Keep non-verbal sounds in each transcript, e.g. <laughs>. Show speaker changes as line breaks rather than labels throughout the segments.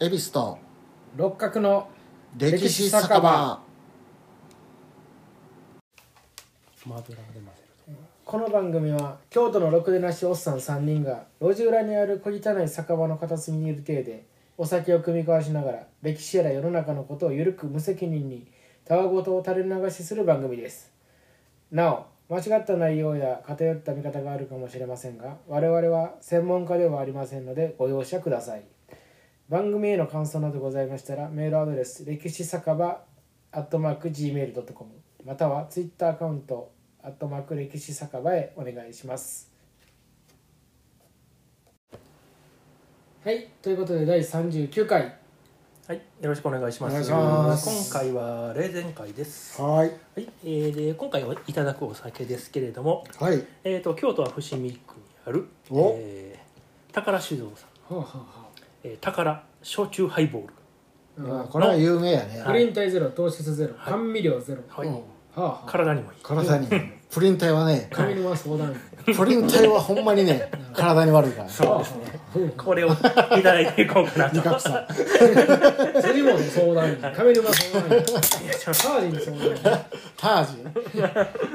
恵比寿と
六角の
歴史酒場
マドラーで混ぜるこの番組は京都のろくでなしおっさん3人が路地裏にある小汚い酒場の片隅にいる体でお酒を酌み交わしながら歴史やら世の中のことをゆるく無責任にたわごとを垂れ流しする番組ですなお間違った内容や偏った見方があるかもしれませんが我々は専門家ではありませんのでご容赦ください番組への感想などございましたらメールアドレス歴史酒場アットマーク Gmail.com またはツイッターアカウントアットマーク歴史酒場へお願いしますはいということで第39回
はい、よろしくお願いしま
お
す。
願いします
今回は霊前会です。は
はい
い、えー、で今回はいただくお酒ですけれども、
はい
えー、と京都は伏見区にある、
お
えー、宝酒造さん、
はあはあ
えー、宝焼酎ハイボール。
は
これは有名やね、
あプリン体ゼロ糖質ゼロ
はい
甘味料ゼロは
はい、
あはあ
体にもいい。
体にプリン体はね
上沼相談員
プリン体はほんまにね体に悪いから
そうですね
これをいただいていこう
<laughs>
かなと。
味覚さ
セリモン相談員上沼相談員
いやちょ
サージン相談員
タージ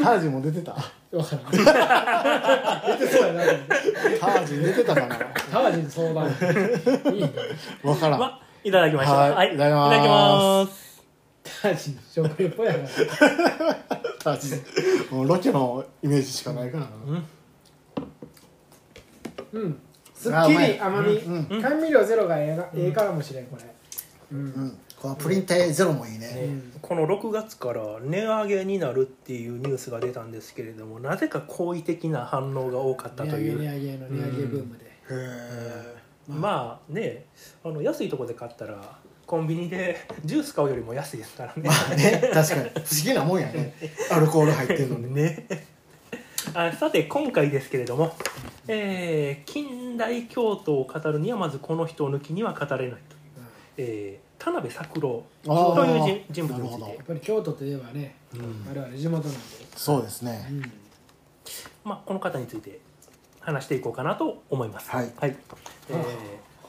タージも出てた
わからん。出てそうやなと思って。
タージ出てたかな
タージン相談員。いいな。
わからん、
はいただきました。
はいいただきます
いただきます。
タージン食レポやな。
タージもうロケのイメージしかないからな
うん。すっ
あう
き
まい
り甘み。甘味料ゼロがええなええからもしれん、これ。うん。
うんこのプリン体ゼロもいいね
うん
この6月から値上げになるっていうニュースが出たんですけれどもなぜか好意的な反応が多かった
値
と
上
い
げ
う
値上げの値上げブームで。
へえ
まあねあの安いとこで買ったらコンビニで <laughs> ジュース買うよりも安いですからね
まあね確かに不思議なもんやねアルコール入ってるのに
ね <laughs> あさて今回ですけれども、えー近代京都を語るにはまずこの人を抜きには語れないという、えー田辺作郎
あー
という人人物につ
なるほ
いて
やっ、ぱり京都といえばね、
うん
我々地元なんで。
そうですね
うん
まあ、この方について話していこうかなと思います。
はい
えー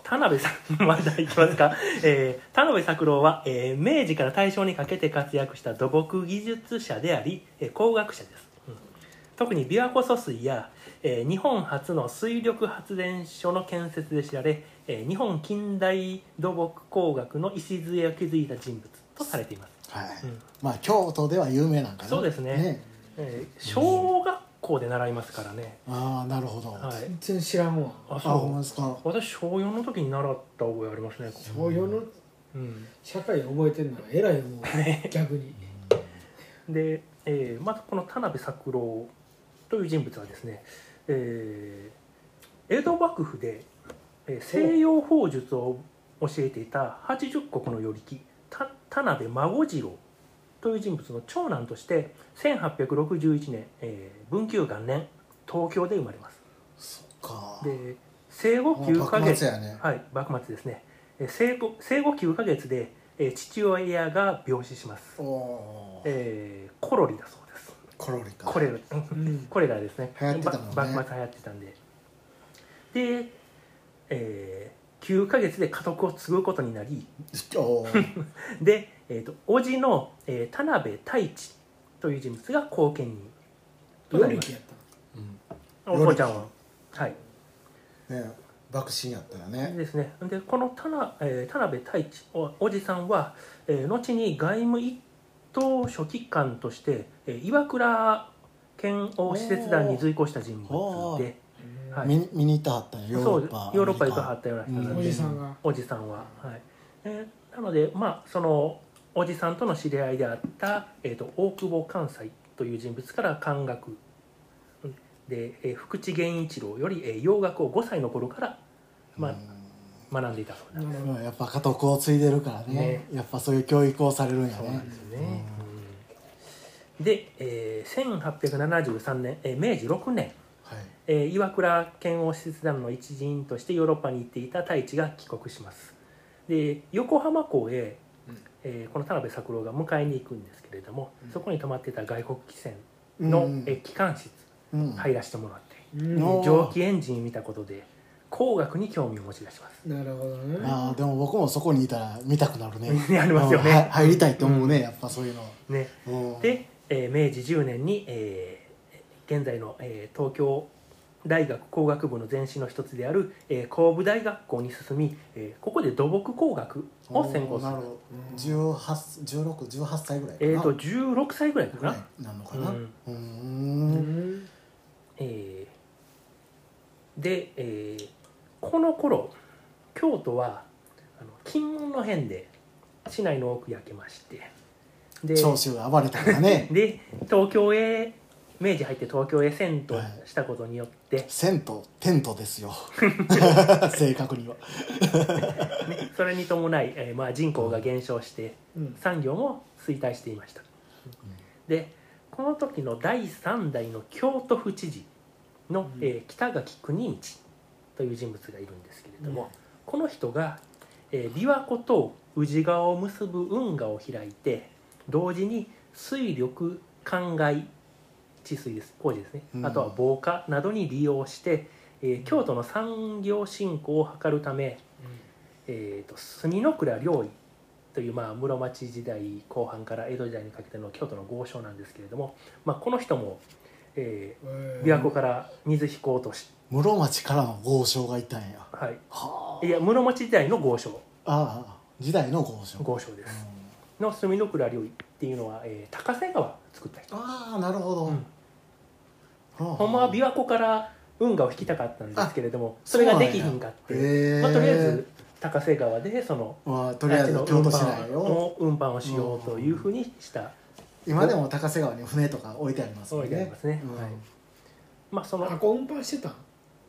田辺さんまだいきますか、えー田辺作郎は、えー明治から大正にかけて活躍した土木技術者であり、えー工学者です、うん特に琵琶湖疎水や、えー日本初の水力発電所の建設で知られ、えー日本近代土木工学の礎を築いた人物とされています、
はい、
うん
まあ京都では有名なんかな
そうですねえー小学校で習いますからね、
ああなるほど、
はい
全然知らんわ。
あ
あ
そう
ほんまですか
私小4の時に習った覚えありますね
小4の
うん
社会を覚えてるのは偉いもう逆に。
で、えーまずこの田辺作郎という人物はですね、えー江戸幕府で、えー西洋法術を教えていた80国の与力た田辺孫次郎という人物の長男として1861年、えー文久元年東京で生まれます
そっか
で生後
もう
9ヶ
幕
月
末やね
はい、幕末ですね。えー生後生後9ヶ月で、えー父親が病死します
お。おー
えーコロリだそうです。
コロリか
コレラ、
ん
コレラですね。
流行ってたもんね
ば幕末流行ってたんで。で、えー、9ヶ月で家督を継ぐことになり、
<laughs> お
<laughs>
ー
で、えー、と叔父の、えー田辺太一という人物が後見人とな
料理
りま
機
す
や。ったの。
お父ちゃんは。はい。
ね爆心やったよね
ですね、でこの田な、えー田辺太一おおじさんは、えー後に外務一等書記官として、えー岩倉遣欧使節団に随行した人物ではい
見に見に行ったはったんやヨー
そ
ロ
う
ッパ
ヨーロッパ行かは
アメ
ったような人なん
う
お
で、
じさんが。
おじさんは、はいえーなのでまあそのおじさんとの知り合いであった、えー、と大久保関西という人物から漢学で、えー福地源一郎より、えー洋楽を5歳の頃から、まあ、学んでいたそうなんです
な
リカう
るほど
んやっぱ家督を継いでるからね
ね
やっぱそういう教育をされるんや
そうなん
ね
ですよね。で、えー、1873年、えー明治6年、
はい
えー岩倉遣欧使節団の一員としてヨーロッパに行っていた太一が帰国します。で横浜港へ、
うん
えーこの田辺作郎が迎えに行くんですけれども、
うん
そこに泊まってた外国汽船
うん
の、えー機関室
うん
入らせてもらって、
うん
のおー
蒸気エンジン見たことで工学に興味を持ち出します
なるほどね
ああでも僕もそこにいたら見たくなるね
<laughs> やりますよね
うんは入りたいと思うね、やっぱそういうのは
ね
うん
で、えー明治10年に、えー現在の、えー東京大学工学部の前身の一つである、えー工部大学校に進み、えーここで土木工学を専攻す
な
る
るほど181618歳ぐらいか
え
な
っ、と16歳ぐらいか
ぐら
な、
いなのかなう
う
んー
うんん
えーで、えーこの頃京都はあの金門の変で市内の多く焼けましてで
長州が暴れたから
<laughs>
ね
で東京へ明治入って東京へ遷都
はい
したことによって、
銭湯テントです
<laughs>
よ <laughs> 正確には
ね、それに伴い、えーまあ、人口が減少して
うん
産業も衰退していましたでこの時の第3代の京都府知事の、
うん
えー北垣国道という人物がいるんですけれども、
うん
この人が、えー琵琶湖と宇治川を結ぶ運河を開いて同時に水力灌漑治水です工事ですね、
うん
あとは防火などに利用して、えー京都の産業振興を図るため、えー、と墨の倉良医という、まあ、室町時代後半から江戸時代にかけての京都の豪商なんですけれども、まあ、この人も、えー、琵琶湖から水引こうとし、
室町からの豪商がいたんや
は、
はい
いや室町時代の豪商
ああ時代の豪商
豪商で
うん
す、の墨の倉良医っていうのは、えー高瀬川を作った人、
ああなるほど、
うん
ほ
ほんまは琵
琶
琶湖から運河を引きたかったんですけれどもそ
そう
れ
なんや
ができひんかって、
へえ
まあ、とりあえず高瀬川でその
はとりあえず
あっちの
京
運
都市内
搬
を
を運搬をしようというふうにした、
今でも高瀬川に船とか置いてありますもんね
置いてありますね
うん
はいまあその
あこう運搬してたん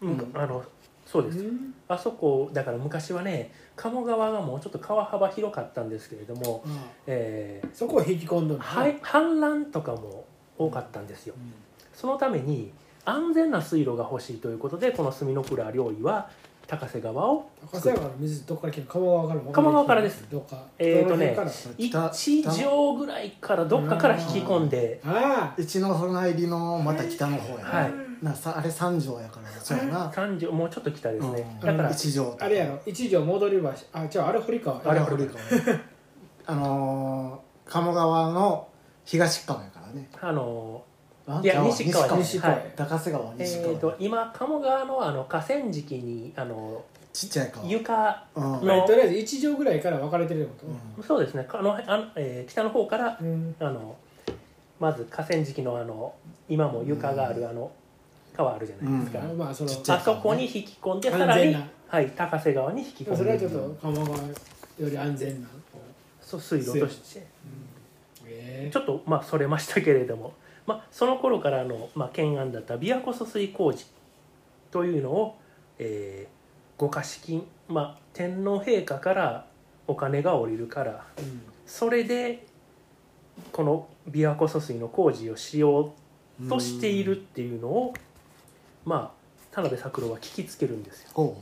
うん
うん
あのそうです、
うん
あそこだから昔はね鴨川がもうちょっと川幅広かったんですけれども、
うん
えー
そこを引き込んどる
はい、氾濫とかも多かったんですよ、
うん
そのために安全な水路が欲しいということでこの墨の倉良医は高瀬川を
高瀬川の水どっから来るの鴨川からも
鴨川からです
どっか
えーと
どの
ね
辺から
北
一畳ぐらいからどっかから引き込んで
ああ
一の船入りのまた北の方やな,、
はい
なさあれ三条やからそうやな、
三条もうちょっと北ですね、
うん
だから、
一条
あれやろ一条戻り橋あ違うあれ堀川
あれ
や
古い
<laughs>
かもねあのー、鴨川の東側やからね
あの
あ
いや
じゃあ
西側
西川
はい
高瀬川西
え
川、
ー、と今鴨川のあの河川敷にあの
ちっちゃい川
床
うん
の
まあとりあえず一条ぐらいから分かれてるようなこ
う
そうですねあのあの、えー北の方から
とうん
あのまず河川敷のあの今も床があるあの川あるじゃないですか、
うん
まあその
ちっちゃい
あそこに引き込んで
安
さ
全な
らに、はい、高瀬川に引き
でも
込
そ
ん
れはち
で
ょっと鴨川より安全な
そう水路として
え
ちょっとまあそれましたけれども、まあ、その頃からの、まあ、懸案だった琵琶湖疎水工事というのを、えーご貸金、まあ、天皇陛下からお金が下りるから
えうん
それでこの琵琶湖疎水の工事をしようとしているっていうのを、まあ、田辺作郎は聞きつけるんですよ
ほう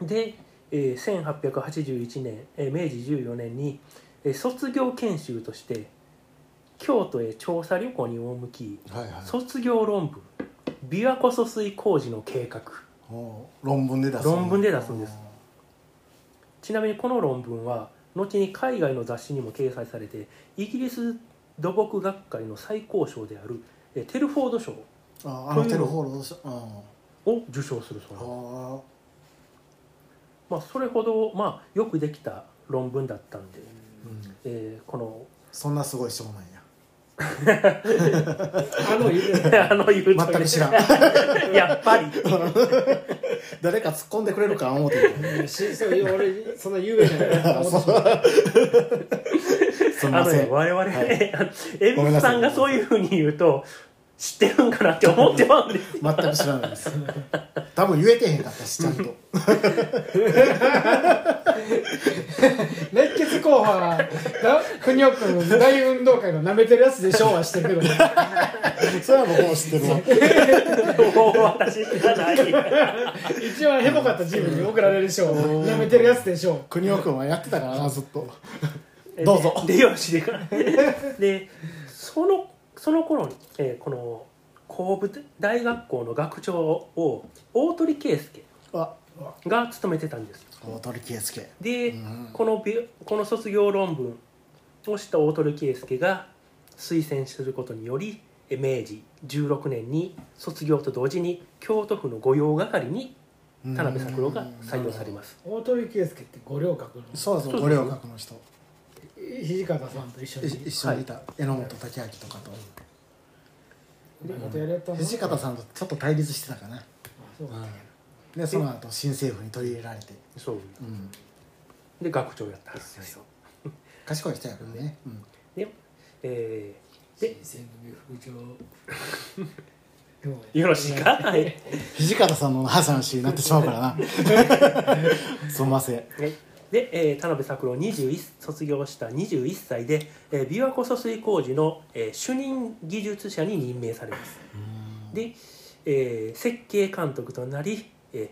ほ
で、えー1881年、えー明治14年に、えー卒業研修として京都へ調査旅行に赴き
うはいはい
卒業論文琵琶湖疎水工事の計画
ほう論文で出す
論文で出すんですちなみにこの論文は後に海外の雑誌にも掲載されてイギリス土木学会の最高賞である、えーテルフォード賞
ああのテルホールどうしたうん
を受賞するそうなんです
あ
まあ、それほど、まあ、よくできた論文だったんで、
ーうん
えーこの <laughs>
そんなすごい人もないや
あの言うて
あの言うと
全く知
<laughs>
らん
や
<laughs>
っぱり
誰か突っ込んでくれるか思ってる
た
<laughs>
しそう俺そんな有名じゃないから思ってし
す
まう
あ
み
の
ませ
ね
ん
我々
は
ね、あの <laughs> エ
ごめ
ビ
ん
ス
なさ
さ
い
んがそういうふうに言うと知ってるんかなって思ってまうんです
<laughs> 全く知らないです多分言えてへんかったしちゃん
<laughs>
と
熱血後半はな邦夫君の大運動会の舐めてるやつで昭和してるけどね
それは僕も知ってるわ
もう私知らない
一番ヘボかったジムに送られる賞舐めてるやつでしょ
国尾君はやってたからなずっとどうぞ
でよろしいでかでそのその頃に、えーこの工部大学校の学長を大鳥圭介
あ
が務めてたんです
大鳥圭介
で、
うん
このびこの卒業論文をした大鳥圭介が推薦することによりえ明治16年に卒業と同時に京都府の御用係に田辺作郎が採用されます
大鳥圭介って五稜郭の
そうそう
そう
五稜郭の人
土方さんと一緒
い
に
一緒にいた、榎本武明とかと
またやりやったの
土方さんとちょっと対立してたかな、
そうか
でその後新政府に取り入れられて、
そう
うん、
で学長やったんですよ
賢い人やからね、うん
で,、えーで
選組副長
でも
よろしいかはい、はい
土方さんの話になってしまうからな
<laughs>
すんません
で、えー田辺作郎21卒業した21歳で、えー、琵琶湖疎水工事の、えー主任技術者に任命されますで、えー設計監督となり、えー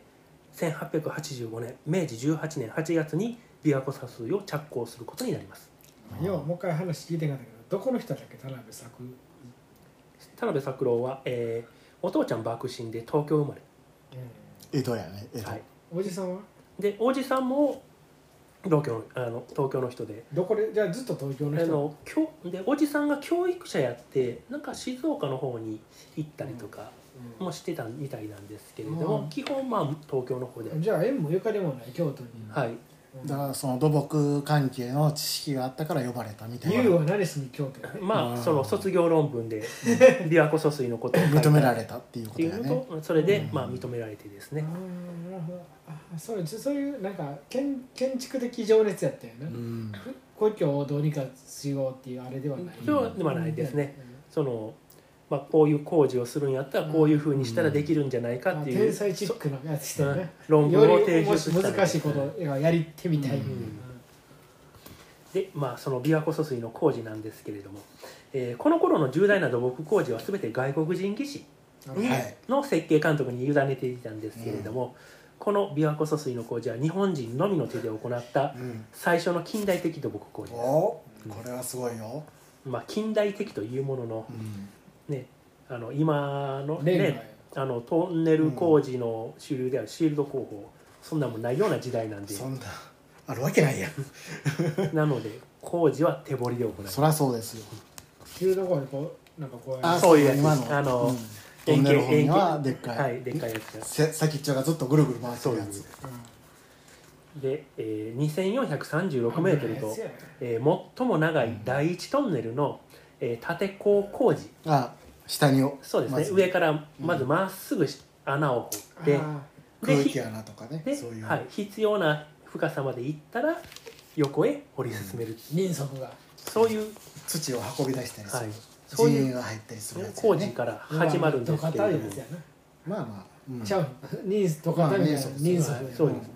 1885年明治18年8月に琵琶湖疎水を着工することになります
要はもう一回話聞いてなかったけどどこの人だっけ田辺作
田辺作郎は、えーお父ちゃん幕臣で東京生まれ、
江戸やね江戸、
はい、
おじさんは
でおじさんも同居のあの東京の人で
どこでじゃあずっと東京の
あ
人
の教でおじさんが教育者やってなんか静岡の方に行ったりとかもしてたみたいなんですけれども、
うん
基本まあ東京の方で、
じゃあ縁もゆかりもない京都に
はい
うん
だからその土木関係の知識があったから呼ばれたみたい
優
な
は何しに京都やね
まあ
うん
その卒業論文で琵琶湖疎水のことを書いた
認められたっていう
っ
こ
て
と
い
や
う
ね
のとそれで
うん
まあ認められてですね、
あーなるほどあそういうそういうなんか建建築的情熱やったよね、
うん
故郷をどうにかしようっていうあれではない、
そうではないですね、その、まあ、こういう工事をするんやったらこういうふうにしたらできるんじゃないか
あ
っていう、
天才チックなやつしたよね、
そうん論文を
よ
提
りも
出
し
したり
難しいことがやりてみたい、
うん
でまあその琵琶湖疎水の工事なんですけれども、えーこの頃の重大な土木工事は全て外国人技師
はい
の設計監督に委ねていたんですけれども、この琵琶湖疎水の工事は日本人のみの手で行った
うん
最初の近代的土木工事で
お
す、
これはすごいよ、
まあ、近代的というものの,、
うん
ね、あの今の,、
例外
ね、あのトンネル工事の主流であるシールド工法、そんなもんないような時代なんで
そんなあるわけないやん
なので工事は手掘りで行います
そりゃそうですよ
急のこにこうなんかこうや
あ
る
そういうやつ
今の
あの
うんトンネル本にはでっかい、
はいでっかいやつです
せ先っちょがずっとぐるぐる回ってるや
そう
つ
で、えー、2436メートルと、えー最も長い第一トンネルの、えー縦鋼工事
あ下にを
そうですね、
まず
上からまずまっすぐし穴を掘って、
であ
で
空
ひ
気穴とかね
で
そういう、
はい、必要な深さまで行ったら横へ掘り進める、
ー人足が
そういう、
土を運び出したりす
は
る、
い、そう
人員
いう
が入ったりするやつ、ね、
工事から始まるんです
どか
けれども、
たいやつや
まあまあ、うん
なちゃう人足とかたいやつ
まあ
人
人
足
足
や
はい
な
そう
うん
です、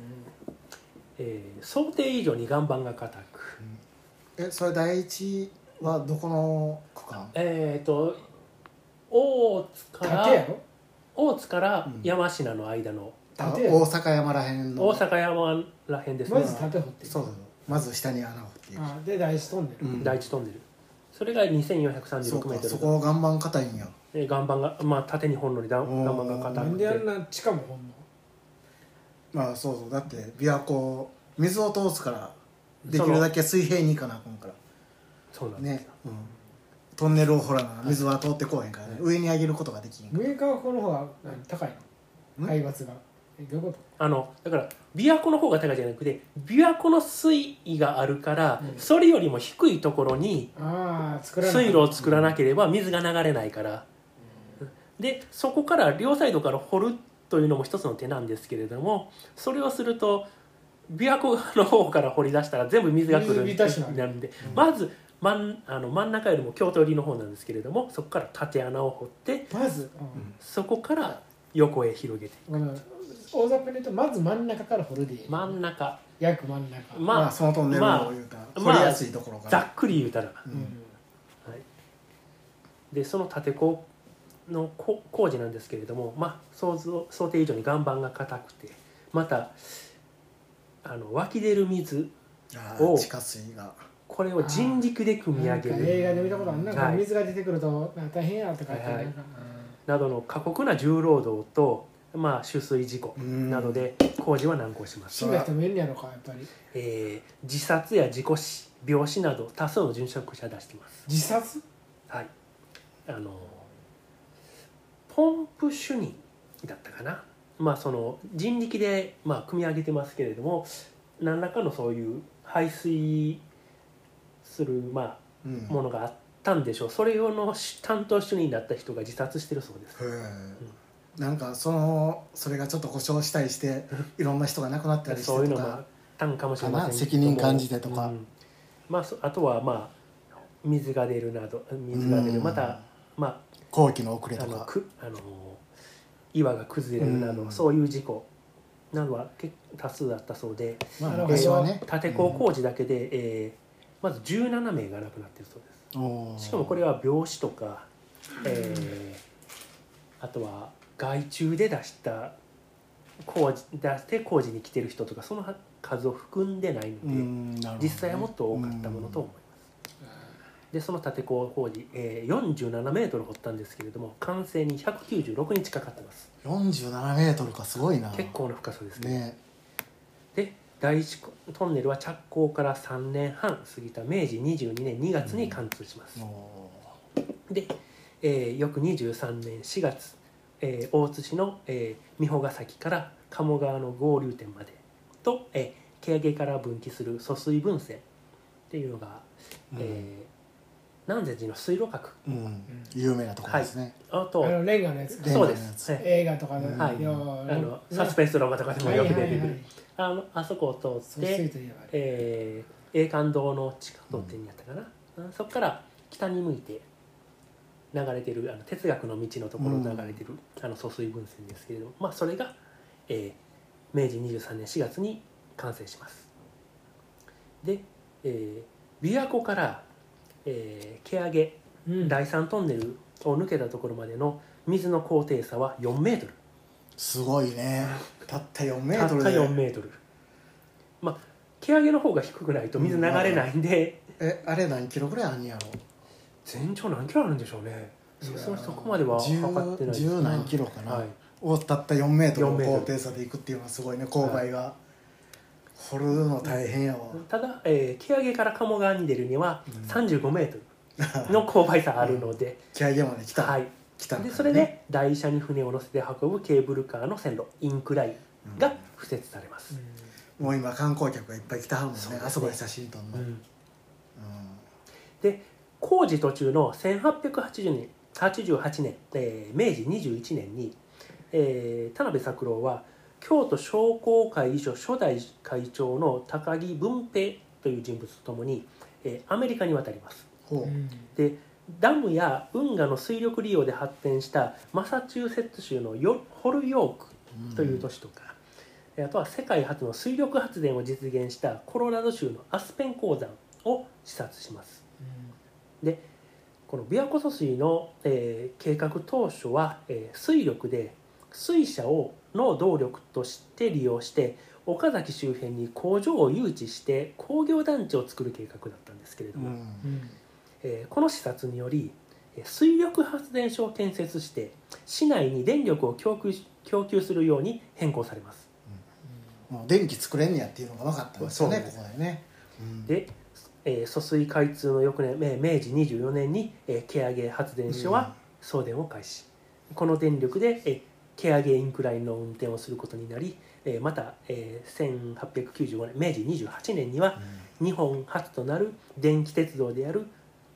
えー想定以上に岩盤が硬く、
えそれ第一はどこの区間
えっ、と大津か
竹や
ら
ろ
大津から
うん
山科の間の、
あ
縦や
大阪山らへんの
大阪山らへんですね、
まず縦掘って
そうそうそうまず下に穴をっていう、
あーで第一トンネル、
うん
第一トンネルそれが
そう
2436m
かそ
ル
こ岩盤硬いんや
えー岩盤が、まあ、縦にほんのりだ
おー
岩盤が
な
硬
なん
く
であ
て
んな地下もほんの
まあそうそうだって琵琶湖水を通すからできるだけ水平に行かなあかんから
そうなんです、
ね、うん、トンネルを掘らな水は通ってこうへんからね、上に上げることができんか
上側この方が何高いの
ん
海抜がえどういうこと
あのだから琵琶湖の方が高いじゃなくて琵琶湖の水位があるから、
うん
それよりも低いところに
ああ作らない
水路を作らなければ水が流れないから、でそこから両サイドから掘るというのも一つの手なんですけれどもそれをすると琵琶湖 <laughs> の方から掘り出したら全部水が来る
水浸しなんだ
なるんで、まず真んあの真ん中よりも京都寄りの方なんですけれどもそこから縦穴を掘って
まず、
そこから横へ広げて
うん、この大雑把に言うとまず真ん中から掘るでいい
真ん中
約真ん中、
ら、ま
ま
あ、そのトンネル
ま
を
あ
言うたら、
まあ
掘りやすいところ
あ
か
ざ
ら、
っくり言うたら、
う
うんん
はい、でその立て工のこ工事なんですけれども、まあ、想像想定以上に岩盤が硬くてまたあの湧き出る水
あ
お
ー
う
地下水が
これを人力で汲み
な
上
んか
げる
映画で見たことあるなんか
はい
水が出てくるとなんか大変やとか言って
は
な
いはい
んか、
などの過酷な重労働と、まあ、取水事故
うん
などで工事は難航します、
死んだ人もいるんやろかやっぱり
えー自殺や事故死病死など多数の殉職者出しています
自殺
はいあのポンプ主任だったかなまあその人力で、まあ、組み上げてますけれども何らかのそういう排水する、ま
う
あ、
ん
ものがあったんでしょうそれ用のし担当主任だった人が自殺してるそうです
へえなんかそのそれがちょっと故障したり
<laughs>
していろんな人が亡くなったりして
そういう
と
のもあ
か
ったんかもしれません
かな責任感じてとか
うんまあ、そあとはまあ水が出るなど水が出
う
る
ん
また、ま
後期の遅れ
あ、あ
と
の
か
くあの岩が崩れるなど、
うん
そういう事故などは結構多数あったそうで
まあ
あの
昔はね
建て工工事だけで、えーまず17名が亡くなっているそうですしかもこれ
は
は病死とか、えーあとは外注で出した工事出して工事に来てる人とかその数を含んでないので、実際はもっと多かったものと思います。でその建て工工事、えー、47メートル掘ったんですけれども完成に196日かかってます
47メートルかすごいな
結構な深さですね
ね
で第一トンネルは着工から3年半過ぎた明治22年2月に貫通します、
も
で、えー、翌23年4月、えー大津市の、えー、美保ヶ崎から鴨川の合流点までと、えー、毛上から分岐する疎水分線っていうのが、
うん
えー南禅寺の水路閣
う、うん、有名なところですね、
あ
あ
と
のレンガのやつか
レン
そう
ガの
で
やつ
す、はい
映画とかの、
はい
よ
あ
う
の
ね
サスペンスドラマとかでもよく出て
は
く
いはいはい
るあのあそこを通
そ
っ
うする
て、
といえばね
えー、栄冠堂の地下通ってんやったかな、うんそこから北に向いて流れてるあの哲学の道のところを流れてる、あの疎水分線ですけれども、まあ、それが、えー明治23年4月に完成しますで、えー、琵琶湖から、えー、毛上げ
うん
第3トンネルを抜けたところまでの水の高低差は4メートル
すごいねたった4メ
た
ー
っ
ト
た
ルで
4メートルまあ毛上げの方が低くないと水流れないんで、
えあれ何キロぐらいあんねやろ
全長何キロあるんでしょうねさすがにそこまでは
十
測ってないです
十何キロかな、
はい、
をたった4メートル
4メ
の
ート
高
ル
低差で行くっていうのはすごいね勾配が、掘るの大変やわ、
ただ、えー、毛上げから鴨川に出るには
うん
3 5メート
<laughs>
ルの勾配差あるので、
気合げまで来た、
はい、
来たんだね
でそれで台車に船を乗せて運ぶケーブルカーの線路インクラインが敷設されます、
もう今観光客がいっぱい来たはるもんね
そうですね
あそこで写真撮んの、
う
うん
ん工事途中の1880年88年、えー明治21年に、えー田辺作郎は京都商工会議所初代会長の高木文平という人物とともに、えーアメリカに渡ります
ほう、
でダムや運河の水力利用で発展したマサチューセッツ州のヨホルヨーク
うん
という都市とか、えーあとは世界初の水力発電を実現したコロラド州のアスペン鉱山を視察しますこの琵琶湖疎水の、えー計画当初は、えー水力で水車をの動力として利用して岡崎周辺に工場を誘致して工業団地を作る計画だったんですけれど
うん
も、えーこの視察によりえー水力発電所を建設して市内に電力を供給し供給するように変更されます
もう電気作れんねやっていうのが分かったんですよね
そう
ここでね、うん
で、えー疎水開通の翌年えー明治24年に、えー、毛上げ発電所は送電を開始、この電力で、えー、毛上げインクラインの運転をすることになり、えーまた、えー1895年明治28年には日本初となる電気鉄道である、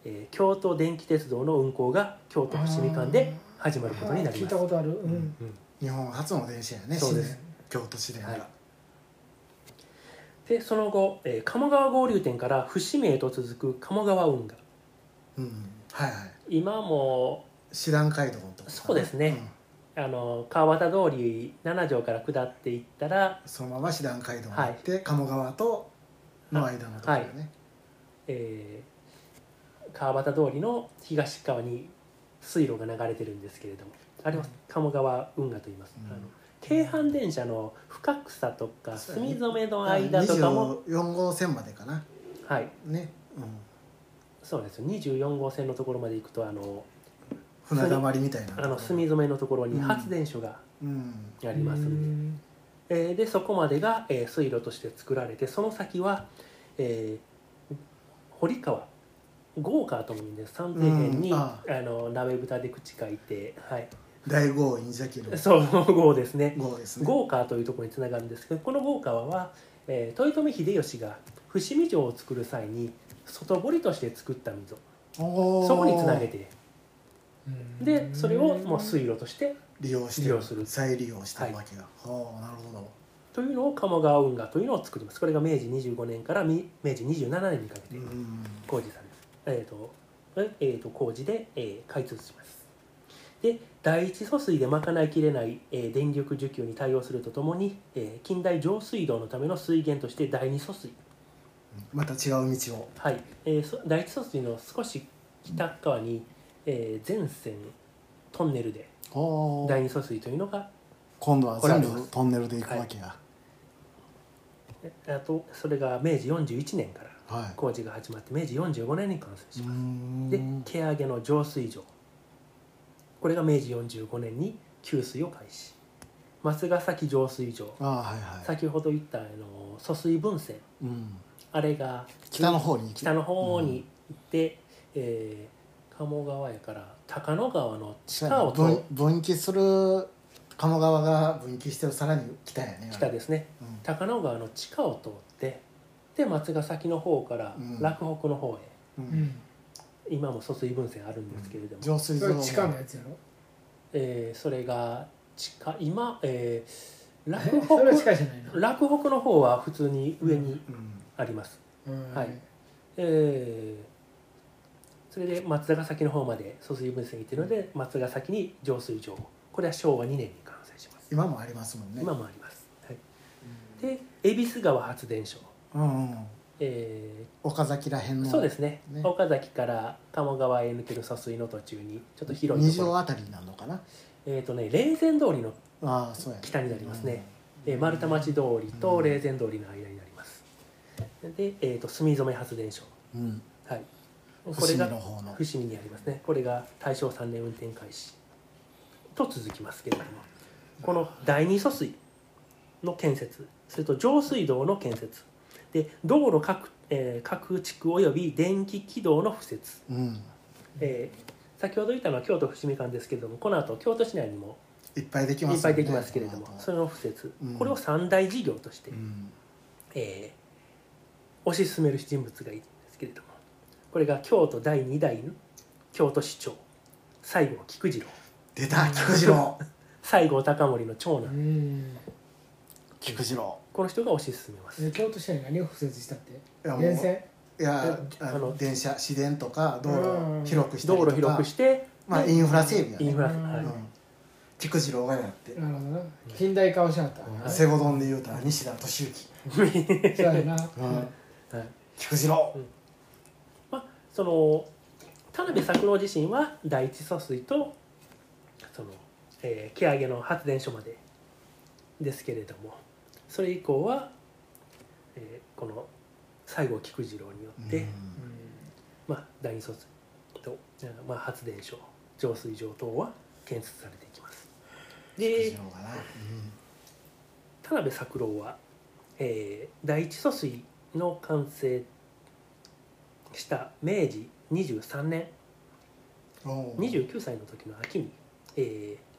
えー京都電気鉄道の運行が京都伏見間で始まることになり
聞い
ま
た
す、
ことある、う
うん
ん
うん
日本初の電車やね
そうです
京都市電が、
はいでその後、えー鴨川合流点から伏見へと続く鴨川運河
うんはいはい
今も
師団街道のとこかな
そうですねあの川端通り7条から下っていったら、
うんそのまま師団街道に行って、鴨川との間のところね、
えー川端通りの東側に水路が流れてるんですけれどもあれは鴨川運河と言います、
うん
あの京阪電車の深草とか
そうやね
住染の間とかも、
24号線までかな
はい
ね、うん
そうなんですよ24号線のところまで行くとあの
船だまりみたいな
あの墨染めのところに
うん
発電所が
うん
ありますんで、えーでそこまでが、えー水路として作られてその先は、えー堀川豪華ともいうんです三平辺に、
うん
あ
あ
の鍋蓋で口書いて、はい、
大豪院崎の
そう豪ですね
豪ですね
豪華というところにつながるんですけどこの豪華は、えー豊臣秀吉が伏見城を作る際に外堀として作った溝
おー
そこにつなげて
うん
でそれをもう水路として
利用して
利用する
再利用してるわけだ、はあなるほど
というのを鴨川運河というのを作りますこれが明治25年からみ明治27年にかけて
うん
工事されます、えーとええーと工事で、えー開通しますで第一疎水で賄いきれない、えー電力需給に対応するとともに、えー近代上水道のための水源として第二疎水、
また違う道を
はいえーそ第一疎水の少し北側に、えー全線トンネルで
お
第二疎水というのが
今度は
これあ
全
ります
部トンネルで行くわけや、
えあとそれが明治41年から
はい
工事が始まって明治45年に完成し
うー
ます、
ん
で毛上げの浄水場これが明治45年に給水を開始松ヶ崎浄水場
ああはいはい、
先ほど言ったあの疎水分線
うん、
あれが
北の方に行き
北の方に行って、えー鴨川やから高野川の地下を通
分分岐する鴨川が分岐してるさらに北やね
北ですね
うん
高野川の地下を通ってで松ヶ崎の方から
うん
洛北の方
う
へ、
ん
うん
今も疎水分線あるんですけれども、
上水
そ
道
れ
も
地下のやつやろ
えーそれが地下今、えー
え
洛
それは地
北
下じゃないな
洛北の方は普通に上に
うん
あります、
うん
はいえーそれで松ヶ崎の方まで疎水分線行ってるので松ヶ崎に浄水場これは昭和2年に完成します、
今もありますもんね
今もあります、はい、
うん
で恵比寿川発電所、
うんうん
え
岡崎らへん
ー
の
そうですね
ね
岡崎から鴨川へ抜ける疎水の途中にちょっと広い
二
とこ
条
ろ
あたりなのかな
えっ、とね霊泉通りの、
ああそうや、ね、
北になりますねえー丸太町通りと霊泉通りの間になりますで、えー、と墨染め発電所
うん、うん、
はいこ
伏
れ
見
が
の方の
伏見にありますねこれが大正3年運転開始と続きますけれどもこの第二疎水の建設それと上水道の建設で道路各,、えー各地区および電気軌道の敷設、
うん
えー先ほど言ったのは京都伏見間ですけれどもこの後京都市内にも
いっぱいできます
い
よ
っぱいできますけれども、
この後
それの敷設、
うん
これを三大事業として、
うん
えー推し進める人物がいるんですけれどもこれが京都第2代の京都市長西郷菊次郎
出た菊次郎
西郷隆盛の長男、
うん
菊次郎
この人が推し進めます、
え京都市内に何を敷設したって
いやもう
源泉
いやあ
あの
の電車市電とか道
うんうん
路広くしたり
道
とか
路広くして、
まあインフラ整備やね
インフラ、
うん
はい
うん菊次郎がやって
なるほどな近代化をしなかった
セゴドンで言うたら西田敏行
そうやな
はい
菊次郎
まあその田辺作郎自身は第一疎水とその、えー、毛上げの発電所までですけれどもそれ以降は、えーこの西郷菊次郎によって、
うん
まあ、第二疎水と、えーまあ、発電所浄水場等は建設されていきます
菊次
で
郎がな
田辺作郎は、えー第一疎水の完成した明治23年
うんおう
29歳の時の秋に、えー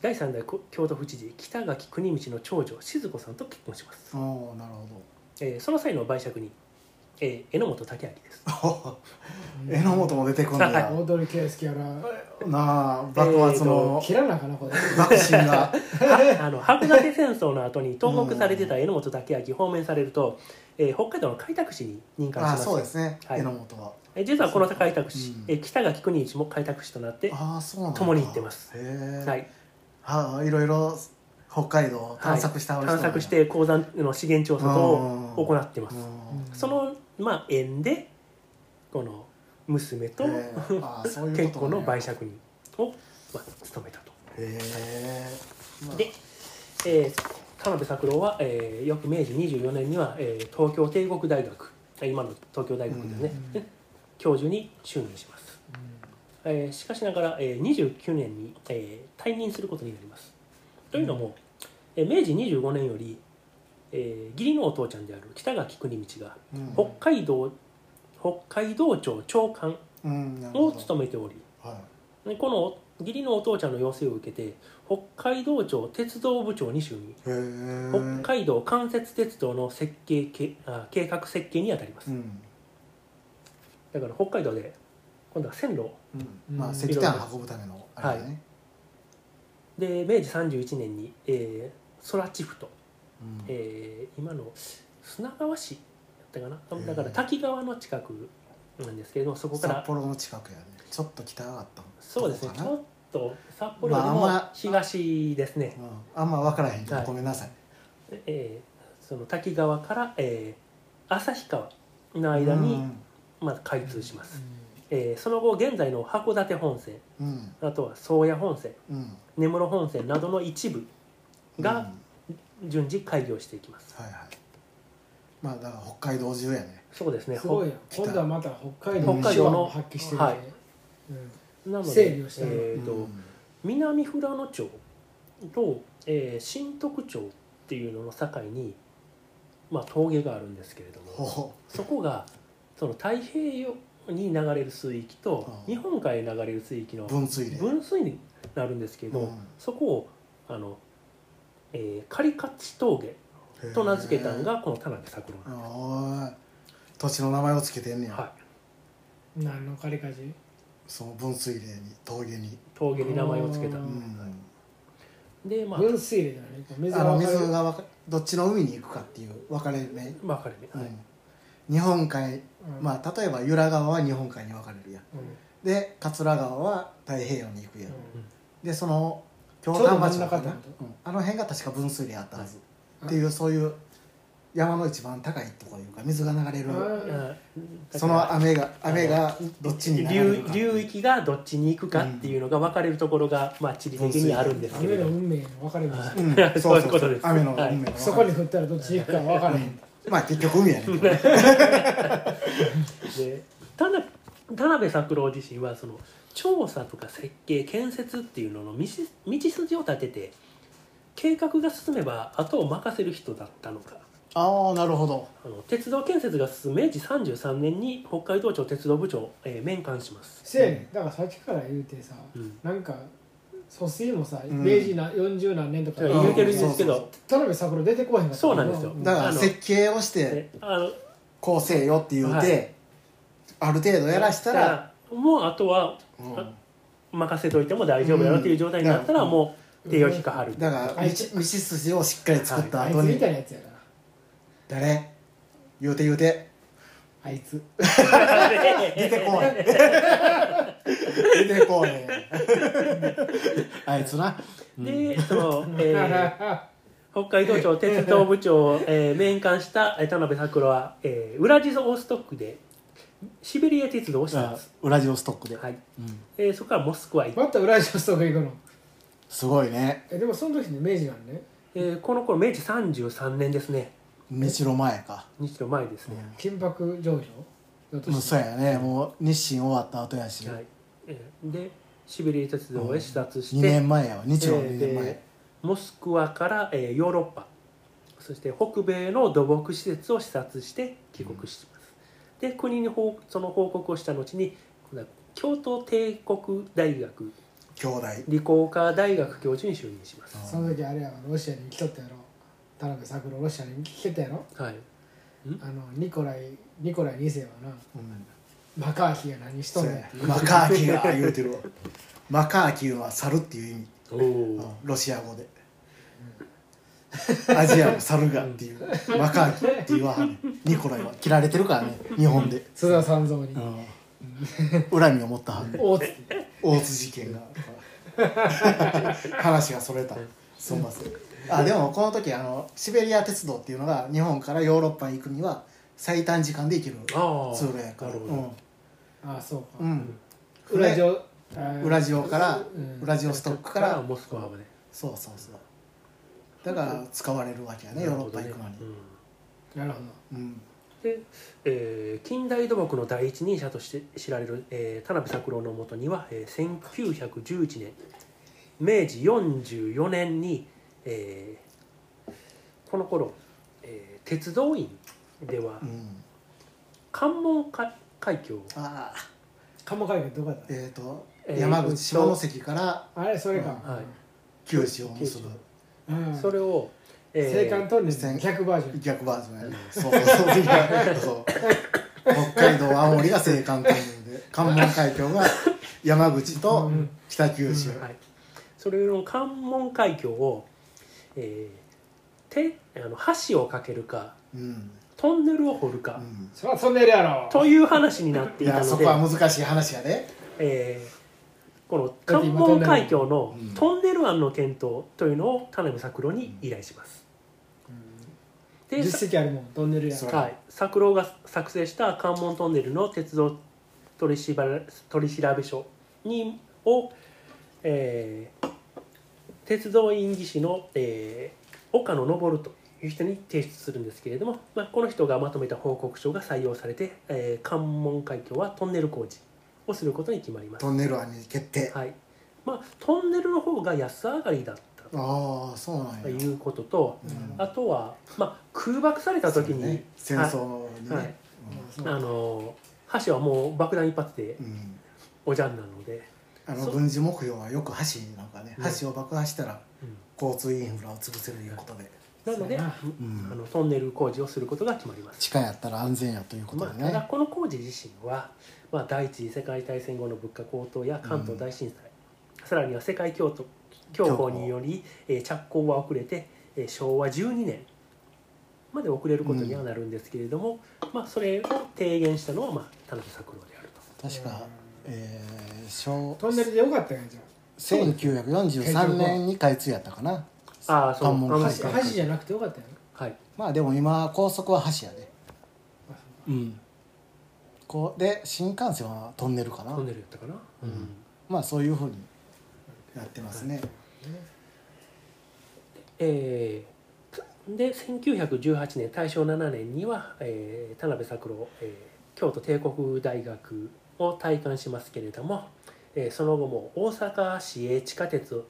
第3代こ京都府知事北垣国道の長女静子さんと結婚します、
おうなるほ
えーその際の売借人、えー榎本武明です
ど
<laughs>
榎本も出てくんだ
は
よ
大鳥圭介やら
なあ幕末の
切らなあかなこれ
<laughs> 幕臣
<laughs>
が
あの函館戦争の後に投獄されてた榎本武明放免されると、えー北海道の開拓使に任官し
あ
ま
あ
す
そうですね
はい
榎本は
えー実はこの開拓使、
うん
えー北垣国一も開拓使となって
ああそうなんだ
共に行ってます
へ
は
え
い、
ああいろいろ北海道探索した
探
人なんや
索して鉱山の資源調査等を行ってます
うん
その、まあ、縁でこの娘と
へえああそういうことね
結婚の売借人を、まあ、務めたと。
へえまあ
で、えー田辺作郎は、えー翌明治24年には、えー東京帝国大学今の東京大学ですね、
うん
教授に就任します。えーしかしながら、えー29年に、えー退任することになりますというのも、えー明治25年より、えー義理のお父ちゃんである北垣国道が
うん
北海道北海道庁長官
うんなる
を
ほど
務めており
は
でこの義理のお父ちゃんの要請を受けて北海道庁鉄道部長に就任
いへえ
北海道関節鉄道の設計けあ計画設計にあたります、
うん、
だから北海道で今度は線路を
うん、まあ石炭運ぶためのあれだね、
で明治31年に、えー、ソラチフト、
うん
えー今の砂川市だったか
へ
な
ー
だから滝川の近くなんですけれどもそこか
札
ら
幌の近くやねちょっと北上がった
そうですね
と
ち
こ
ょっと札幌よ
まあ
り
あん
も
ま
東ですね
か、な、うん、あんま分からへんけど、
はい
ごめんなさい
えーその滝川から、えー旭川の間に、まあ、開通します、えーその後現在の函館本線
うんうん
あとは宗谷本線
うん
根室本線などの一部が
うん
順次開業していきます、
はいはいまあだから北海道中やね
そうですね
すごいやん
北
今度はまた北海道
北海道
手腕
の
を発揮してるね
はい
うん
なので
整理をしたね
えーと
うん
南富良野町と、えー新徳町っていうのの境に、まあ、峠があるんですけれど
ほ
も
ほ
そこがその太平洋に流れる水域と
ああ
日本海に流れる水域の
分水嶺
分水になるんですけど、
うん
そこをあの、えー、カリカチ峠と名付けたの
へ
がこの田辺作郎
え
なんで
おい土地の名前を付けてんね
す、
や、
はい、
何のカリカジ
その分水嶺に峠に、
峠に名前を付けた
あ
う
ー
ん
でまあ
分水嶺だねこう水
あの
分かれる
水がわかどっちの海に行くかっていう分かれ目、ね
分かれ目、はい
日本海
うん
まあ例えば由良川は日本海に分かれるやん
うん
で桂川は太平洋に行くやん、
う
でその京
ちょうど
丹
真
波町
ん中
か
って
な、
こと
うんあの辺が確か分水嶺あったはず、
はい
っていうそういう山の一番高いところいうか水が流れる
んあー
あー
その雨が雨がどっちに流れる
流
か
流域がどっちに行くかっていうのが分かれるところが、まあ、地理的にあるんですけ
雨
れ
の
ど
運命の分かれ道
うん
いや
そうそう
そうい
う
こ
ことと
で
ですす雨の
はい
運命の
そこに降ったらどっち行くか分からへん
まあ結局海やねんけどね
で田辺田辺作郎自身はその調査とか設計建設っていうのの道道筋を立てて計画が進めば後を任せる人だったのか
ああなるほど
<laughs> あの鉄道建設が進む明治33年に北海道庁鉄道部長、えー面会します、
せやねんだからさっきから言うてさ
うん、
なんか疎水もさ
うん
明治な40何年とか
だから言うてるんですけ
うん
ど、
田辺作郎出てこへんかった
そうなんですよ
だか
あ
ら
の
設計をして
ねあの
こうせえよって言うて、
はい
ある程度やらしたら、
もうあとは
うん
あ任せといても大丈夫やろっていう状態になったら
うん
もう手を引かはる、
だから
あ
道
いつ
道筋をしっかり作った
あい
後
つみ
に
たいなやつやな
誰言うて言うて
<laughs>
あいつ
出てこい出て
<laughs>
こいあいつな
でそ
<laughs>
の、えー
<laughs> う
北海道庁鉄道部長を、
<laughs>
えー面会したえー田辺作郎は、えーウラジオストックでシベリア鉄道を視察、
ウラジオストックで、
はい
うん
えーそこからモスクワ行っ
んまた裏地の人が行くの
すごいね
えでもその時に明治なんね
えーこの頃明治33年ですね
日露前か
日の前ですね、
金箔上場の
もうそうやねもう日清終わった後やし、
はいえーでシベリア鉄道へ視察して、
2年前やわ日露2年前、
えーモスクワから、えーヨーロッパそして北米の土木施設を視察して帰国します、で国に報その報告をした後に今度は京都帝国大学
兄弟
理工科大学教授に就任します、
その時あれやわロシアに来とったやろ田辺作郎ロシアに来てたやろ
はい、
あのニコライニコライ2世はな
うん
マカーヒーが何しと
そ
ん
う
ねん
や
っていう
マカーキが言うてるわマカーキいうのは猿っていう意味
お
う
お
んロシア <laughs> 語でアジアの猿がっていうマカーキって言わはんねんニコライは切られてるからね日本で、
津田三蔵に
うん、恨みを持ったはんねん
大津って
大津事件が話がそれたすんませんあでもこの時あのシベリア鉄道っていうのが日本からヨーロッパに行くには最短時間で行ける
ああ
通路やから
なるほ
ああそうか、
うん、うん
裏地
で
をあー
ウラジオから、
うん
ウラジオストック
ど
か
から
ら
モスクワまで
そうそうそうだから使われるわけやねヨーロッパ行くのに、
な
なるほどね
るほど
うん
で、えー近代土木の第一人者として知られる、えー田辺作郎のもとには、えー1911年明治44年に、えーこの頃、えー鉄道院では
うん、
関門海海峡を
ああ
鴨川駅どこだ
えっ、と、
えー
山
と
口下関から
あれそれか、
はい
九州を結ぶ
うん
それを、えー
青函トンネル逆バージョン
逆バージョンやねそうそうそういやそう北海道青森が青函トンネルで関門海峡が山口と
うん
北九州、
はい、それの関門海峡を、えーてあの橋を架けるか
うん
トンネルを掘
う
るか、
ん
そら飛んでるやろ
という話になって
い
いた
やそ
の
こ
で、
は難しい話やで、
えーこの
だって
関
今
門海峡の
うん
トンネル案の検討というのを田辺作郎に依頼します。でさ
実績あるもん飛んでるやん
そ績
はい、作郎が作成した関門トンネルの鉄道取りしば取り調べ書にを、えー鉄道院技師の、えー岡野昇という人に提出するんですけれども、まあ、この人がまとめた報告書が採用されて、えー関門海峡はトンネル工事をすることに決まります
ト。ンネル案に決定、
はいまあ、トンネルの方が安上がりだった
ああそうなん
と
や、
いうことと、
うん
あとは、まあ、空爆された時に、
ね、戦争にね、
はいはい
そう
あの箸はもう爆弾一発で
うんうん
おじゃんなので、
あ
そ
の軍事目標はよく橋なんかね、
うん
橋を爆破したら
うん
交通インフラを潰せるということで、
なの
そ
で、
うや
な
あのトンネル工事をすることが決まります、
地下やったら安全やということ
まあ、
で
た
ね、
だこの工事自身は、まあ、第一次世界大戦後の物価高騰や関東大震災、さらには世界恐と恐慌により、えー着工は遅れて、えー昭和12年まで遅れることにはなるんですけれども、まあ、それを提言したのは、まあ、田辺作郎であると。
確か、えー、昭
トンネルでよかったやんじゃ
1943年に開通やったかな
ああそう
関門
あの
海
あ
峡
橋じゃなくてよかったやん
はい、
まあでも今高速は橋やでうんこうで新幹線はトンネルかな
トンネルやったかな、
うんまあそういうふうにやってますね、
えーで1918年大正7年には、えー田辺作郎、えー京都帝国大学を退官しますけれども、えーその後も大阪市営地下鉄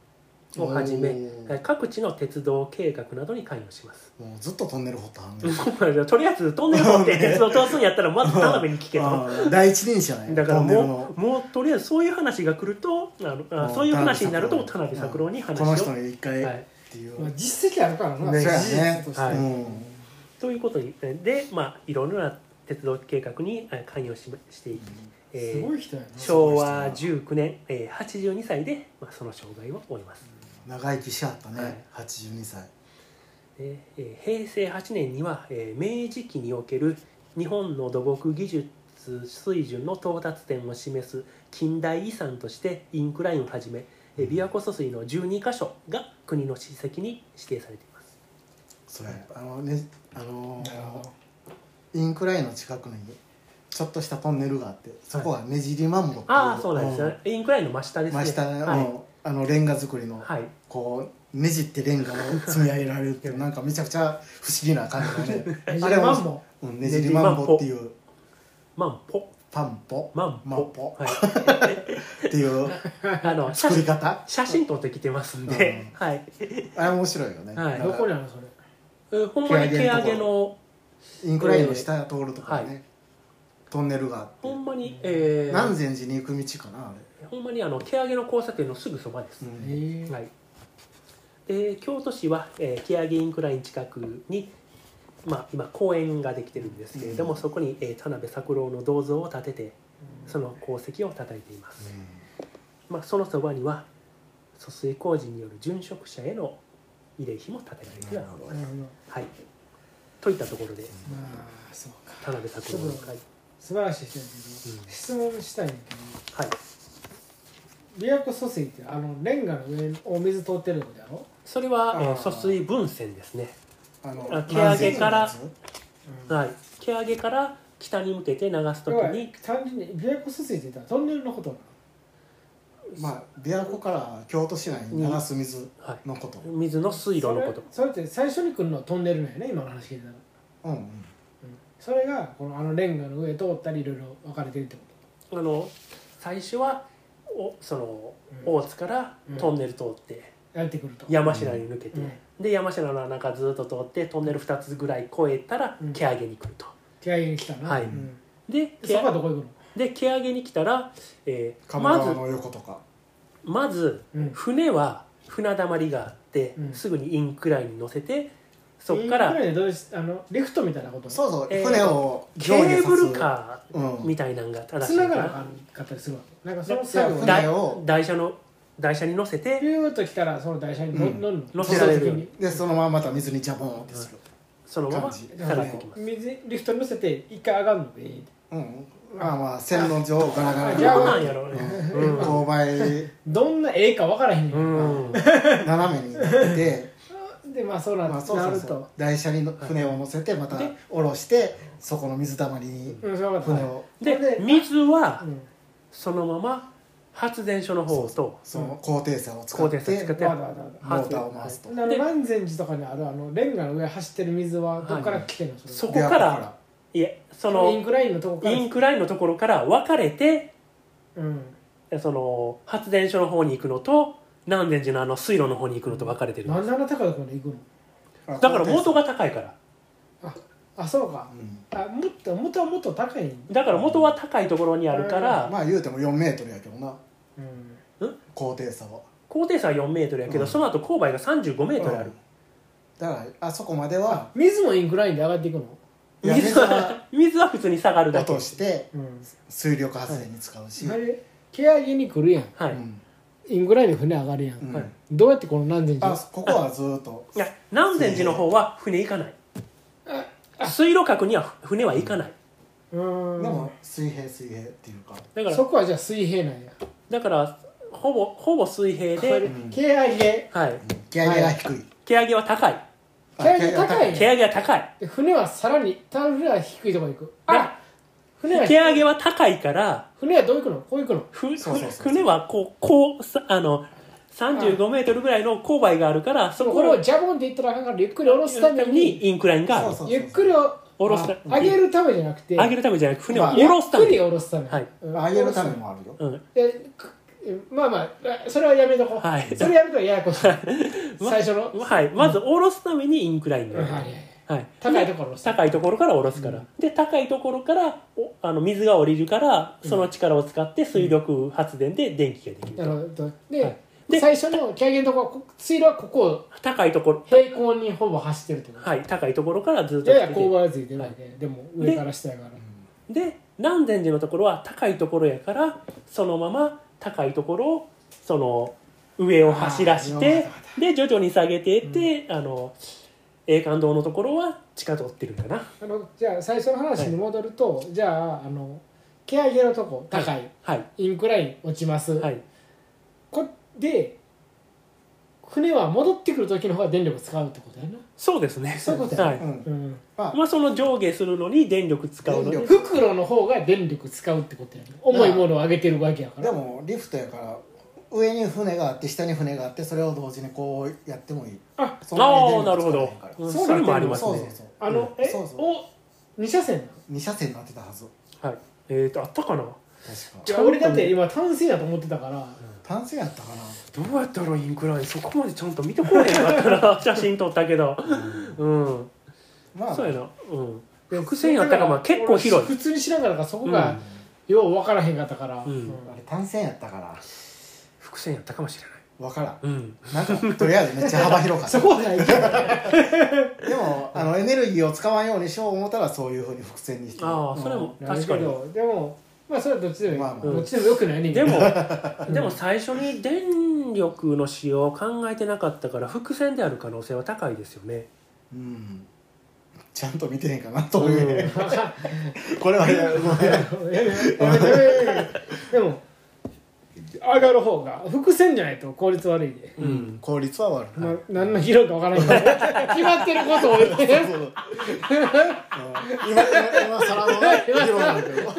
をはじめ
おー
はい各地の鉄道計画などに関与します。
もうずっとトンネル掘ったはん
<laughs>
ね
とりあえずトンネ
<laughs>
ル掘って鉄道通すんやったらまず田辺に聞けと。
あー第一人者ね
<laughs> だから
トンネル
も
の
うもうとりあえずそういう話が来るとあのあ
もう
そういう話になると
田
田
辺
辺
作
作
郎
郎に話
こ
を、
の人に一回
は
っ
い、
ていう、
まあ、実績あるからな、
ね
それは
そうやね
事実として、
はい
うん
ということにえーで、まあ、いろんな鉄道計画にえー関与ししていき、え
す
ー
ごい人やな、
昭和19年、えー、82歳で、まあ、その障害を負います、
長生きしはったね、
はい
82歳
でえー平成8年には、えー明治期における日本の土木技術水準の到達点を示す近代遺産としてインクラインをはじめえー琵琶湖疎水の12か所が国の史跡に指定されています
それあのねあのー
なるほど
インクラインの近くにちょっとしたトンネルがあってそこはねじりマンボっていう、
ああそうなんですよ、インクラインの真下
う
で
ん
すね
真下の、
はい、
あのレンガ作りの、
はい、
こうねじってレンガを積み上げられるって
<laughs>
いうなんかめちゃくちゃ不思議な感じで、ね、
あれマン
も、
ボ
うん、ねじりマンボっていう
マンポ
パン
<laughs>
ポ
マンポ
マンポ
はい
っていう
あの写
作り
真 <laughs>
方
写真撮ってきてますんで、
う
はい、
あれ面白いよね、
はい
なん
ど
か
こにあるのそれ
うんほんまに
蹴
毛
上げ
上げ
んと
の
インクラインの下通るところね、
は
トンネルがあって
ほんまに、えー
南禅寺に行く道かなあ
ほんまにあの毛上げの交差点のすぐそばです
れ、う、ん
へ
はい、で京都市は、えー、毛上げインクライン近くに、まあ、今公園ができてるんですけれども、
うん
そこに、えー田辺作郎の銅像を建ててその功績を称えています、まあ、そのそばには疎水工事による殉職者への慰霊碑も建てられてい
な
ま
る
す
ほど
なるほど
はい、といったところで
まあそうか
田辺作郎の会、
素晴らしい人やけど、
うん
質問したいんだけど
はい、
琵琶湖疎水ってあのレンガの上を水通ってるのだろ、
それは、え
あー
ー、疎水分線ですね、
あの
あ毛上げか
南禅寺の
ら
や
うん、
はい、毛上げから北に向けて流す時
要は
に
単純に琵琶湖疎水って言ったらトンネルのことなの
つまあ琵琶湖から京都市内に流す水
はい、
のこと、
水の水路のこと
それそれって最初に来るのはトンネルなんやね今の話聞いたら
うんうん
それがこのあのレンガの上通ったりいろいろ分かれてるってこ
あの最初はおその、
うん
大津から
うん
トンネル通って、
とやってくると
山科に抜けて、
うん
で山科の中ずっと通ってトンネル2つぐらい越えたら
うん
蹴上げに来ると、
手上げに来たな、
はい
うんで
で蹴
そこはどこ行くの
で蹴上げに来たら、えー
鴨
ま
川
ず
の横とか
まず
うん
船は船だまりがあって、
うん
すぐにインクラインに乗せてそこから
いくらでどうしあのリフトみたいなこと
そうそう、
えー
船を
ケ
上下させ
ー
る
ブルカ
うん
ーみたいなのが正
つ
しい
な
か
がらな
ら
かったりするわけなんかその
いや
作業が
船
台
を
台車の台車に乗せ
ピ
て
ューッと来たらその台車に乗
うん
乗るの
乗
せ
そ
ら
の
れ
る
時に
でそのまままた水にジャボンってする、
そのまま
感じ
下がってきます
水リフトに乗せて一回上がるのでいい
うんまあまあ線路上ガラガラ
あ
どう
じゃあ
なんやろうね
うん勾配
どんな絵か分からへんね、
うんん、うん
斜めになって、
でまあそうな,、
まあ、そうそう
る
そう
と
台車にの船を乗せてまた
で
下ろしてそこの水たまりに
うんそうな
船
かっ
を
で
で
水
た、
は
うん、
そのまま発電所の方と
その高低差を使っ
高低差使ってて
わだわだわだ
モーターを回すと
あの
で
南禅寺とかにあるあのレンガの上走ってる水はどっから来てるの、
そ
れ
こか
で
らいえそ
イン
の
クラインのとこから
インクラインのところから分かれて
うん
その発電所の方に行くのと南禅寺のあの水路の方に行くのと分かれてる
なんであんな高いところに行くの
あ
だか
高
ら
低差
元が高いから
あそうか
うん
あもっと元はもっと高いんだ
だから元は高いところにあるから、
まあ言うても4メートルやけどな
うん
高低差は
高低差は4メートルやけ
う
ど、
ん
その後勾配が35メートルある、
だからあそこまでは
水もインクラインで上がっていくの
いや
水
水は
は水は普通に下がるだ
落
け
として
うん
水力発電に使うし、
あれ蹴上げに来るやん
はい、
うん
イングラインで船上がるやん、
うん
はい
どうやってこの何千
あ
寺
ここはずっと
いや南禅寺の方は船行かない
あ
水路角には船は行かない
うん
でも水平水平っていうか
だから
そこはじゃあ水平なんや
だからほぼほぼ水平
これ
で、
ん
蹴上げ
はい、
気合が低い、
毛上げは高い
蹴上げ
あ
高い
毛上げは高い
で船はさらにターン船は低いところに行く
あ
船は
毛上げは高いから
船はどう行くのこう行くの
ふ
そうそうそう
船はこうこうさあの35メートルぐらいの勾配があるからそ
こ
こ
れを
を
ジャボンって言ったらあかんからゆっくり下ろすために
にインクラインがある
そう
ゆっくりを
下ろすた
上げるためじゃなくて
上げるためじゃなく船を
まあ
下ろすた
ゆっくり
め、
下ろすため、
はい
うん
上げるためもあるよ
うん、
でくまあまあそれはやめとこう、
はい
それやるとややこし
<laughs>
い最初の、
はい、まず下ろすためにインクラインが
うんはいは
あ
いはい高いと
る、はい、
ころを下
高いところから下ろすから、で高いところからおあの水が降りるからその力を使って水力発電で電気ができると、
なるほどで,、
はいで
最初の軽減のところこ水路はここを
高いところ
平行にほぼ走ってるってこと、
はい高いところからずっと
や
来
や
てて
勾配はついてるわけ、でも上から下やから
で南禅寺のところは高いところやからそのまま高いところをその上を走らし
あーな
て
る
で徐々に下げていって、あの栄冠堂のところは地下通ってるんかな
あのじゃあ最初の話に戻ると、じゃああの蹴上げのとこ高い、
はい
インクライン落ちます、
はい
こで船は戻ってくる時の方が電力使うってことやな、
そうですね
そういうことや
はい
うん
うん、
まあ
まあその上下するのに電力使うの
電
に
力
袋の方が電力使うってことやな重いものを上げてるわけやか
で
ら
もリフトやから上に船があって下に船があってそれを同時にこうやってもいい
あ
そんなに
ああ
電
なる
力
ほ
使わへ
ど
んから
うん
そう
そ
な
れ
んだ
もあります
そうそう
ね
そう
あの、え
そうそう
お二車線なの
二車線になってたはず
はいえっとあったかな
い
確か
や俺だって今単線やと思ってたから
単線やったか
どうやったらインクラインそこまでちゃんと見てこえへんかったな写真撮ったけど
な、
うん
まあ
そうやなうん伏線やったからまあ結構
俺
広
普
い
通に知らんからそこ
う
が
ん
よう分からへんかったから、
うん
あれ単線やったから
伏線やったかもしれない
わからん
うん
なんかとりあえずめっちゃ幅広かっ
<laughs>
そ
た
こはないけど
でもあのエネルギーを使わんようにしよう思ったらそういうふうに伏線にして
ああそれも確か
なる
に
ほどでもまあそれはどっちでもいい、
まあまあ
どっちでもよくないねんけ
で
ど
もでも最初に電力の使用を考えてなかったから伏線である可能性は高いですよね
うんちゃんと見てへんかなという、
うん
これはねもう
やめやめやめやめや <laughs> めでも上がる方が伏線じゃないと効率悪いで、
うん
効率は悪い、
な何の広いか分からないけ <laughs> ど決まってることを言って
そうそううん今今今さらのね議論なんだけど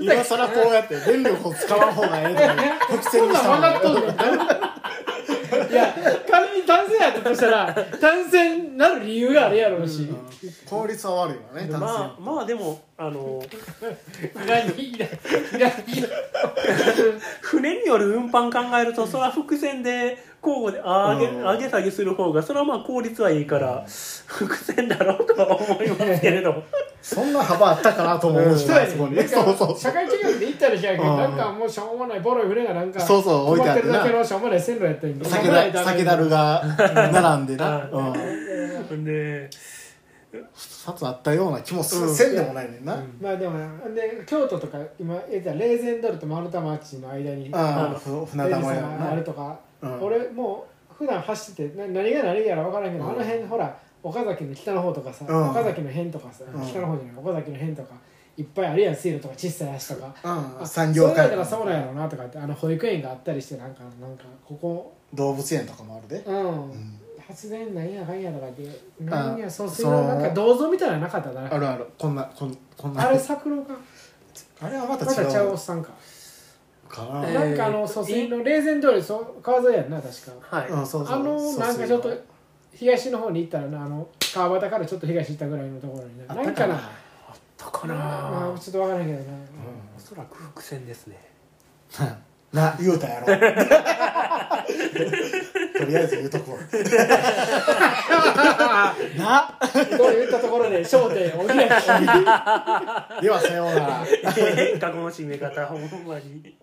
今さらこうやって電力を使わん方がええのに伏
そ
線
ん
に
な
し
ん
た
分
方が
か
え
っとんねんいや仮に男性やなことしたら単線なる理由があるやろうし
効率は悪いわね <laughs> 単
まあまあでもあの
何いら
船による運搬考えるとそれは伏線で交互であ上げ
うん
上げ下げする方がそれはまあ効率はいいから <laughs> 伏線だろうとは思いますけれ <laughs> ども
そんな幅あったかなとも思うしなそこに
そ
そうう
そ
そうう
社会見学で行ったらしやけ
う
ど
ん
なんかもうしょうもないボロい船がなんか
そうそう置いてある
止まって
な
るだけのしょうもない線路やったんで
酒だ酒だるが並んでな、
う
うん、
で
2つあったような気もする、せんでもないねんな、
まあでもなで京都とか今言ったら霊前ドルと丸太町の間に
あ
あ
あふ船
船
玉や
があ
な
るとか、
うん
俺もう普段走っててな何が何やら分からんけど、
うん
あの辺ほら岡崎の北の方とかさ、
うん
岡崎の辺とかさ、
うん
北の方じゃない岡崎の辺とかいっぱいあるやん水路とか小さい橋とか。
うん
あ
産業
そうや
界
ったらそうなんやろうなとかってあの保育園があったりしてなんかなんかここ
動物園とかもあるで、
うん、
うん
発電なんやかんやとかって何やそう水
そ
の
の
なんか銅像みたいなのなかっただ
あるあるこんなこんこんな
あれ桜か
あれはまた
また
違
ちゃうお
う
っさんか、
かな、
えー
なんかあの蘇水の霊前通りそう川沿いやんな確か
はい、
うん、そうそう
あのなんかちょっと東の方に行ったらなあの川端からちょっと東行ったぐらいのところにな
あっ
な
た
んか
か
な
な
だか
ま
ら
あちょっとわからんけどな、
おそらく伏線ですね <laughs>
な言うたや
<laughs>
ろとりあえず言うとこ
<laughs>
うな
これ言ったところで焦点を開き
ではさようなら
ええんかこの締め方ほんまに。